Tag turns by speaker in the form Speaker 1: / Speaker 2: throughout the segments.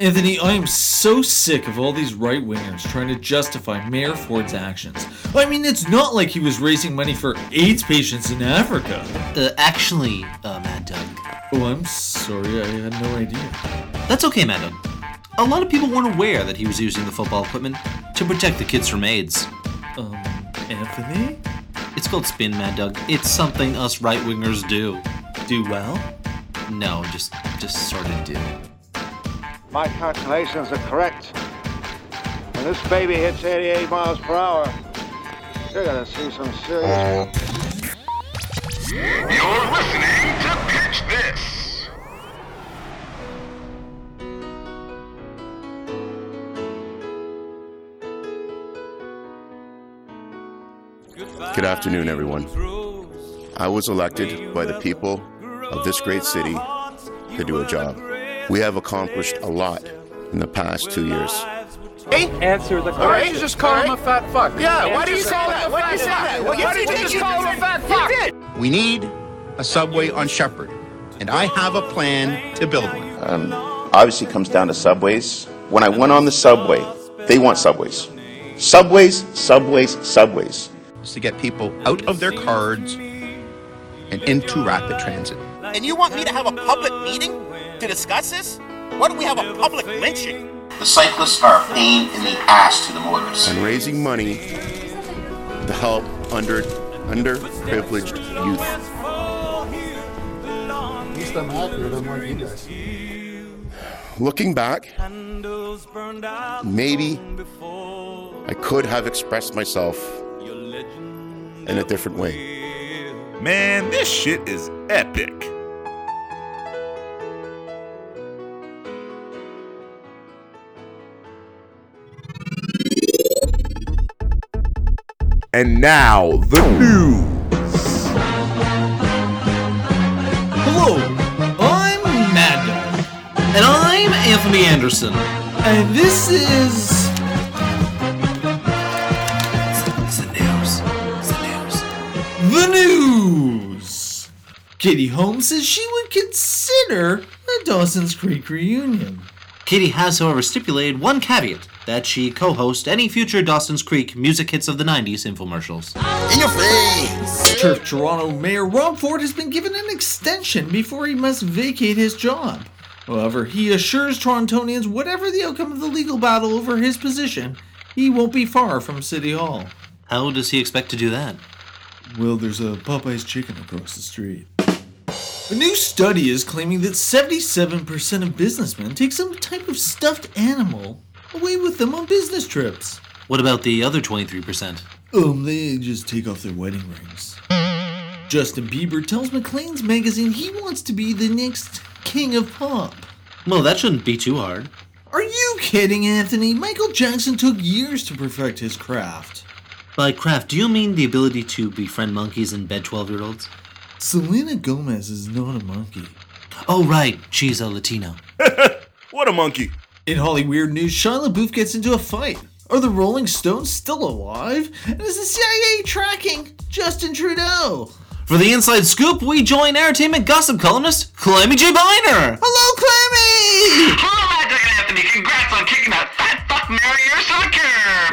Speaker 1: Anthony, I am so sick of all these right wingers trying to justify Mayor Ford's actions. I mean, it's not like he was raising money for AIDS patients in Africa.
Speaker 2: Uh, actually, uh, Mad Doug,
Speaker 1: Oh, I'm sorry, I had no idea.
Speaker 2: that's okay, Mad Doug. A lot of people weren't aware that he was using the football equipment to protect the kids from AIDS.
Speaker 1: Um, Anthony?
Speaker 2: It's called spin, Mad Doug. It's something us right wingers do.
Speaker 1: Do well?
Speaker 2: No, just just sort of do.
Speaker 3: My calculations are correct. When this baby hits 88 miles per hour, you're gonna see some serious.
Speaker 4: You're listening to Pitch This.
Speaker 5: Good afternoon, everyone. I was elected by the people of this great city to do a job. We have accomplished a lot in the past two years.
Speaker 6: All right, you just call him a fat fuck. Yeah, why do you call him a fat fuck? Why
Speaker 5: did
Speaker 6: did you
Speaker 5: you
Speaker 6: just call him a fat fuck?
Speaker 7: We need a subway on Shepherd, and I have a plan to build one.
Speaker 5: Um, obviously, it comes down to subways. When I went on the subway, they want subways. Subways, subways, subways.
Speaker 7: It's to get people out of their cars and into rapid transit.
Speaker 8: And you want me to have a public meeting to discuss this? Why don't we have a public lynching?
Speaker 9: The cyclists are a pain in the ass to the motorists.
Speaker 5: And raising money to help under underprivileged youth. Looking back, maybe I could have expressed myself in a different way.
Speaker 4: Man, this shit is epic. And now the news.
Speaker 1: Hello, I'm Mad Dog,
Speaker 2: And I'm Anthony Anderson.
Speaker 1: and this is.
Speaker 2: It's the news. It's the news.
Speaker 1: The news! Katie Holmes says she would consider a Dawson's Creek reunion.
Speaker 2: Katie has, however, stipulated one caveat that she co host any future Dawson's Creek Music Hits of the 90s infomercials.
Speaker 9: In your face!
Speaker 1: Turf Toronto Mayor Rob Ford has been given an extension before he must vacate his job. However, he assures Torontonians whatever the outcome of the legal battle over his position, he won't be far from City Hall.
Speaker 2: How does he expect to do that?
Speaker 1: Well, there's a Popeye's chicken across the street. A new study is claiming that 77% of businessmen take some type of stuffed animal away with them on business trips.
Speaker 2: What about the other 23%?
Speaker 1: Um, they just take off their wedding rings. Justin Bieber tells Maclean's magazine he wants to be the next king of pop.
Speaker 2: Well, that shouldn't be too hard.
Speaker 1: Are you kidding, Anthony? Michael Jackson took years to perfect his craft.
Speaker 2: By craft, do you mean the ability to befriend monkeys and bed 12 year olds?
Speaker 1: Selena Gomez is not a monkey.
Speaker 2: Oh, right, she's a Latino.
Speaker 4: What a monkey.
Speaker 1: In Holly Weird News, Shia LaBeouf gets into a fight. Are the Rolling Stones still alive? And is the CIA tracking Justin Trudeau?
Speaker 2: For the inside scoop, we join entertainment gossip columnist Clammy J. Biner.
Speaker 1: Hello, Clammy!
Speaker 4: Hello, Mad Dog and Anthony. Congrats on kicking that fat fuck Mary or soccer.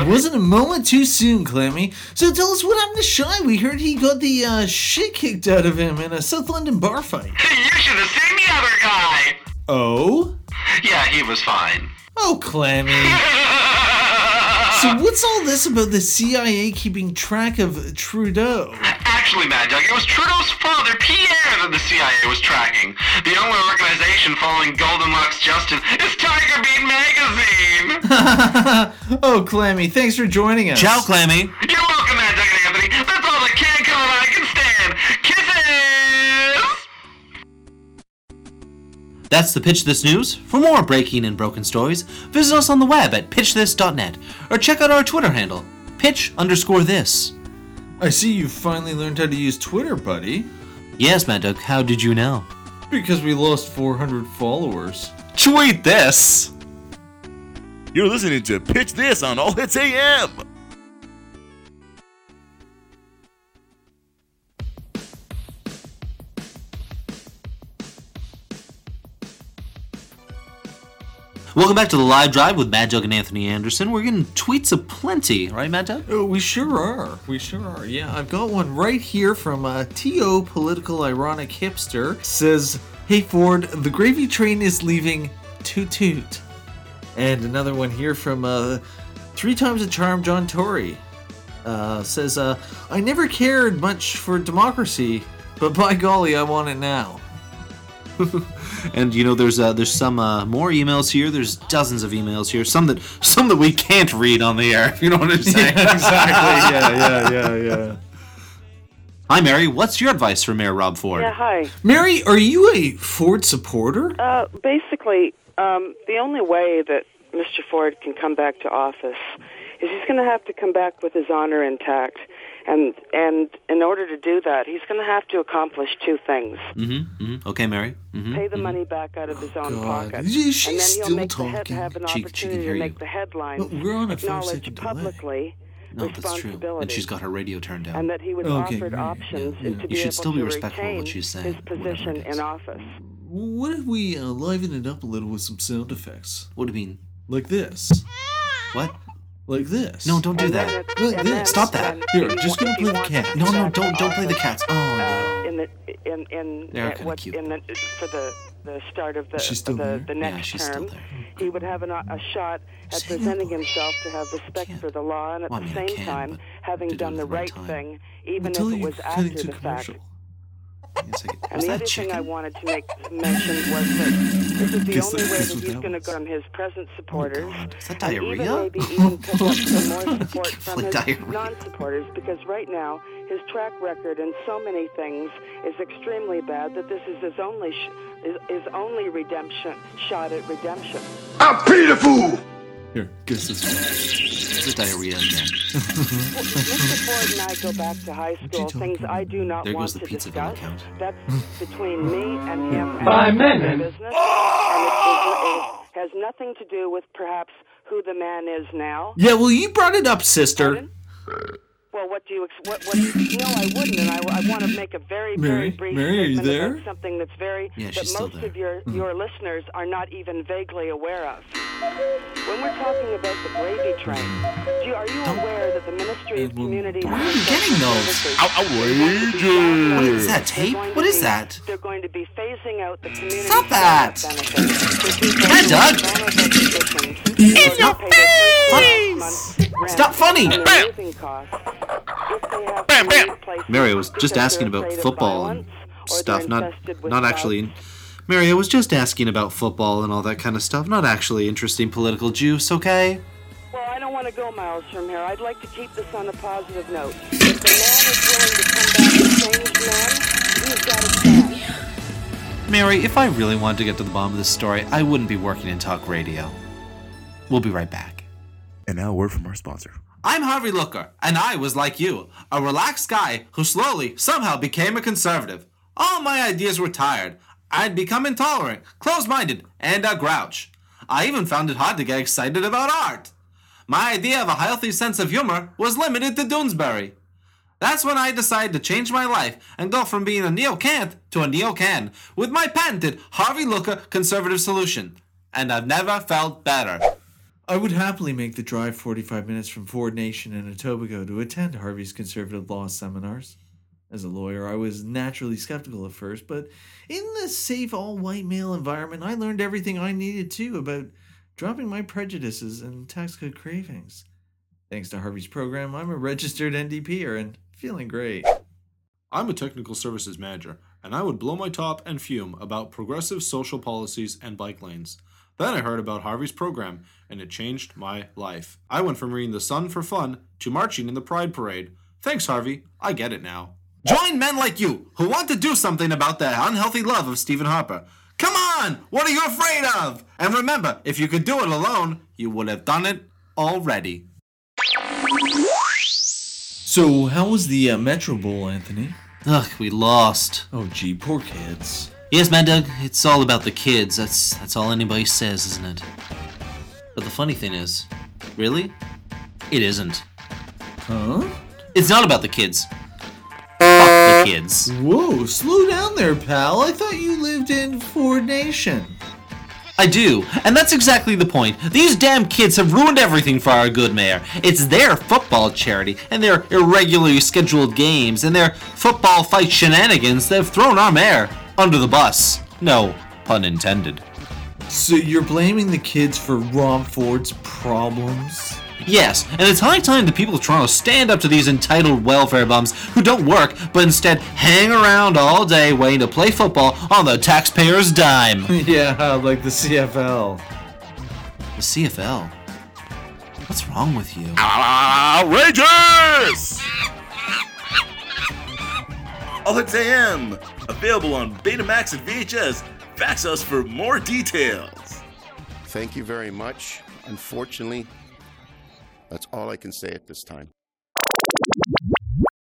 Speaker 1: It wasn't a moment too soon, Clammy. So tell us what happened to Shy. We heard he got the uh, shit kicked out of him in a South London bar fight.
Speaker 4: Hey, you should have seen the other guy.
Speaker 1: Oh?
Speaker 4: Yeah, he was fine.
Speaker 1: Oh, Clammy. So what's all this about the CIA keeping track of Trudeau?
Speaker 4: Actually, Mad Dog, it was Trudeau's father, Pierre, that the CIA was tracking. The only organization following Goldenlocks Justin is Tiger Beat Magazine.
Speaker 1: Oh, Clammy, thanks for joining us.
Speaker 2: Ciao, Clammy.
Speaker 4: You're welcome, Mad Dog and Anthony. That's all the can come and I can stand. Kisses!
Speaker 2: That's the Pitch This News. For more breaking and broken stories, visit us on the web at pitchthis.net or check out our Twitter handle, pitch underscore this.
Speaker 1: I see you finally learned how to use Twitter, buddy.
Speaker 2: Yes, Mad Dog, how did you know?
Speaker 1: Because we lost 400 followers.
Speaker 2: Tweet this!
Speaker 4: You're listening to Pitch This on All Hits AM.
Speaker 2: Welcome back to the live drive with Mad Jug and Anthony Anderson. We're getting tweets aplenty, right, Mad Jug?
Speaker 1: Oh, we sure are. We sure are. Yeah, I've got one right here from uh, T.O. Political Ironic Hipster. Says, Hey Ford, the gravy train is leaving. Toot toot. And another one here from uh, Three Times a Charm John Tory. Uh, says, uh, I never cared much for democracy, but by golly, I want it now.
Speaker 2: And you know, there's uh, there's some uh, more emails here. There's dozens of emails here. Some that some that we can't read on the air. If you know what I'm saying.
Speaker 1: exactly. Yeah, yeah, yeah, yeah.
Speaker 2: Hi, Mary. What's your advice for Mayor Rob Ford?
Speaker 10: Yeah, hi.
Speaker 1: Mary, are you a Ford supporter?
Speaker 10: Uh, basically, um, the only way that Mr. Ford can come back to office is he's going to have to come back with his honor intact. And, and in order to do that, he's going to have to accomplish two things.
Speaker 2: hmm Okay, Mary. hmm
Speaker 10: Pay the money back out of his own
Speaker 1: God.
Speaker 10: pocket.
Speaker 1: She- she's
Speaker 10: and then he'll
Speaker 1: still
Speaker 10: make The head,
Speaker 1: talking.
Speaker 10: have an
Speaker 2: She- she can
Speaker 10: opportunity
Speaker 2: hear
Speaker 10: to
Speaker 2: you.
Speaker 10: make the headlines.
Speaker 1: Look, we're on a five
Speaker 10: acknowledge
Speaker 1: second delay.
Speaker 10: publicly
Speaker 2: No, that's true.
Speaker 10: responsibility.
Speaker 2: And she's got her radio turned down.
Speaker 10: and that he was
Speaker 1: Okay,
Speaker 10: offered
Speaker 1: yeah,
Speaker 10: options
Speaker 1: yeah, yeah.
Speaker 10: and to
Speaker 2: You
Speaker 10: be
Speaker 2: should
Speaker 10: able
Speaker 2: still be
Speaker 10: to
Speaker 2: respectful of
Speaker 10: retain
Speaker 2: what she's saying,
Speaker 10: his
Speaker 2: whatever it
Speaker 10: position
Speaker 2: is.
Speaker 10: in office.
Speaker 1: What if we uh, liven it up a little with some sound effects?
Speaker 2: What do you mean?
Speaker 1: Like this.
Speaker 2: What?
Speaker 1: Like this.
Speaker 2: No, don't do
Speaker 10: And then
Speaker 2: that.
Speaker 10: it-
Speaker 1: Look,
Speaker 10: and
Speaker 1: this.
Speaker 10: then-
Speaker 2: Stop that.
Speaker 10: and
Speaker 1: Here,
Speaker 10: if he
Speaker 1: just
Speaker 10: wa-
Speaker 1: gonna
Speaker 10: if he
Speaker 1: play the
Speaker 10: wants
Speaker 1: cat.
Speaker 10: to
Speaker 2: No,
Speaker 10: come
Speaker 2: no,
Speaker 10: back in
Speaker 2: don't don't play the
Speaker 10: office,
Speaker 2: cats. Oh no.
Speaker 10: uh, In the in in
Speaker 2: They're
Speaker 10: uh,
Speaker 2: kinda
Speaker 10: what
Speaker 2: cute.
Speaker 10: in the for the the start of the
Speaker 1: She's still
Speaker 10: the,
Speaker 1: there?
Speaker 10: the
Speaker 2: Yeah,
Speaker 10: next
Speaker 2: she's still
Speaker 10: term,
Speaker 2: there.
Speaker 10: he would have an, o- a shot at
Speaker 2: Say no,
Speaker 10: presenting
Speaker 2: Lori.
Speaker 10: himself to have respect
Speaker 2: can't.
Speaker 10: for the law and at
Speaker 2: Well, I
Speaker 10: the
Speaker 2: mean, I
Speaker 10: same
Speaker 2: can,
Speaker 10: time
Speaker 2: but I have
Speaker 10: having
Speaker 2: to do it
Speaker 10: done
Speaker 2: at
Speaker 10: the
Speaker 2: the right
Speaker 10: right
Speaker 2: time.
Speaker 10: thing, even if
Speaker 1: Until
Speaker 10: it
Speaker 1: you
Speaker 10: was
Speaker 1: cut
Speaker 10: after
Speaker 1: into
Speaker 10: the fact.
Speaker 1: commercial.
Speaker 2: Hang on a second.
Speaker 10: And
Speaker 2: Was
Speaker 10: the
Speaker 2: that
Speaker 10: other thing I
Speaker 2: chicken?
Speaker 10: wanted to make mention was that this is the
Speaker 1: Guess
Speaker 10: only
Speaker 1: that-
Speaker 10: way
Speaker 1: guess
Speaker 10: that
Speaker 1: what
Speaker 10: he's
Speaker 1: that
Speaker 10: going to
Speaker 1: was.
Speaker 10: go from his present supporters.
Speaker 2: God. Is that
Speaker 10: and even
Speaker 2: diarrhea?
Speaker 10: maybe even pick up some more support from
Speaker 2: Like
Speaker 10: his
Speaker 2: diarrhea.
Speaker 10: non-supporters because right now his track record in so many things is extremely bad that this is his only sh- is, is only redemption shot at redemption.
Speaker 1: Here, guess this one.
Speaker 2: Is it diarrhea again?
Speaker 10: Well, Mr. Ford and I go back to high school. Things I do not
Speaker 2: There
Speaker 10: want
Speaker 2: goes the
Speaker 10: to
Speaker 2: pizza
Speaker 10: discuss.
Speaker 2: account.
Speaker 10: That's between me and him. And My men. Business, and it, does- it has nothing to do with perhaps who the man is now.
Speaker 1: Yeah, well, you brought it up, sister.
Speaker 10: Pardon? Well, what do you? ex- What? what no, I wouldn't. And I, I want to make a very,
Speaker 1: Mary?
Speaker 10: very brief
Speaker 1: Mary, are you
Speaker 10: statement about
Speaker 1: there?
Speaker 10: something that's very
Speaker 2: Yeah,
Speaker 10: that
Speaker 2: she's still
Speaker 10: most
Speaker 2: there.
Speaker 10: of your your listeners are not even vaguely aware of. When we're talking about the gravy train, do you, are you aware that the Ministry of Communities?
Speaker 2: where are
Speaker 10: and
Speaker 2: you
Speaker 10: Social
Speaker 2: getting those?
Speaker 10: Services
Speaker 2: Ow, What is that
Speaker 10: they're
Speaker 2: tape?
Speaker 10: going to
Speaker 2: What is
Speaker 10: be-
Speaker 2: that?
Speaker 10: They're going to be phasing out the community.
Speaker 2: Stop that.
Speaker 10: Hi,
Speaker 2: Doug.
Speaker 10: It's
Speaker 2: your
Speaker 10: face.
Speaker 2: Stop funny. Bam.
Speaker 10: Bam, bam.
Speaker 2: Mary, I was just asking about football and stuff, not not actually. Mary, I was just asking about football and all that kind of stuff. Not actually interesting political juice, okay?
Speaker 10: Well, I don't want to go miles from here. I'd like to keep this on a positive note. If the man is willing to come back and change man, he's got a chance.
Speaker 2: Mary, if I really wanted to get to the bottom of this story, I wouldn't be working in talk radio. We'll be right back.
Speaker 11: And now a word from our sponsor.
Speaker 2: I'm Harvey Looker, and I was like you, a relaxed guy who slowly somehow became a conservative. All my ideas were tired. I'd become intolerant, closed minded, and a grouch. I even found it hard to get excited about art. My idea of a healthy sense of humor was limited to Doonesbury. That's when I decided to change my life and go from being a neo Kant to a neo Can with my patented Harvey Looker conservative solution. And I've never felt better.
Speaker 1: I would happily make the drive 45 minutes from Ford Nation in Etobicoke to attend Harvey's conservative law seminars. As a lawyer, I was naturally skeptical at first, but in this safe all white male environment, I learned everything I needed to about dropping my prejudices and tax code cravings. Thanks to Harvey's program, I'm a registered NDPer and feeling great.
Speaker 12: I'm a technical services manager, and I would blow my top and fume about progressive social policies and bike lanes. Then I heard about Harvey's program, and it changed my life. I went from reading The Sun for fun to marching in the Pride Parade. Thanks, Harvey. I get it now.
Speaker 2: Join men like you who want to do something about that unhealthy love of Stephen Harper. Come on! What are you afraid of? And remember, if you could do it alone, you would have done it already.
Speaker 1: So, how was the uh, Metro Bowl, Anthony?
Speaker 2: Ugh, we lost.
Speaker 1: Oh, gee, poor kids.
Speaker 2: Yes, Mad Doug, it's all about the kids. That's that's all anybody says, isn't it? But the funny thing is, really, it isn't.
Speaker 1: Huh?
Speaker 2: It's not about the kids. Fuck the kids.
Speaker 1: Whoa, slow down there, pal. I thought you lived in Ford Nation.
Speaker 2: I do, and that's exactly the point. These damn kids have ruined everything for our good mayor. It's their football charity, and their irregularly scheduled games, and their football fight shenanigans that have thrown our mayor under the bus. No pun intended.
Speaker 1: So you're blaming the kids for Ron Ford's problems?
Speaker 2: Yes, and it's high time the people of Toronto stand up to these entitled welfare bums who don't work but instead hang around all day waiting to play football on the taxpayer's dime.
Speaker 1: yeah, like the CFL.
Speaker 2: The CFL? What's wrong with you?
Speaker 4: Outrageous! Alexam! Available on Betamax and VHS. Fax us for more details.
Speaker 5: Thank you very much. Unfortunately, that's all I can say at this time.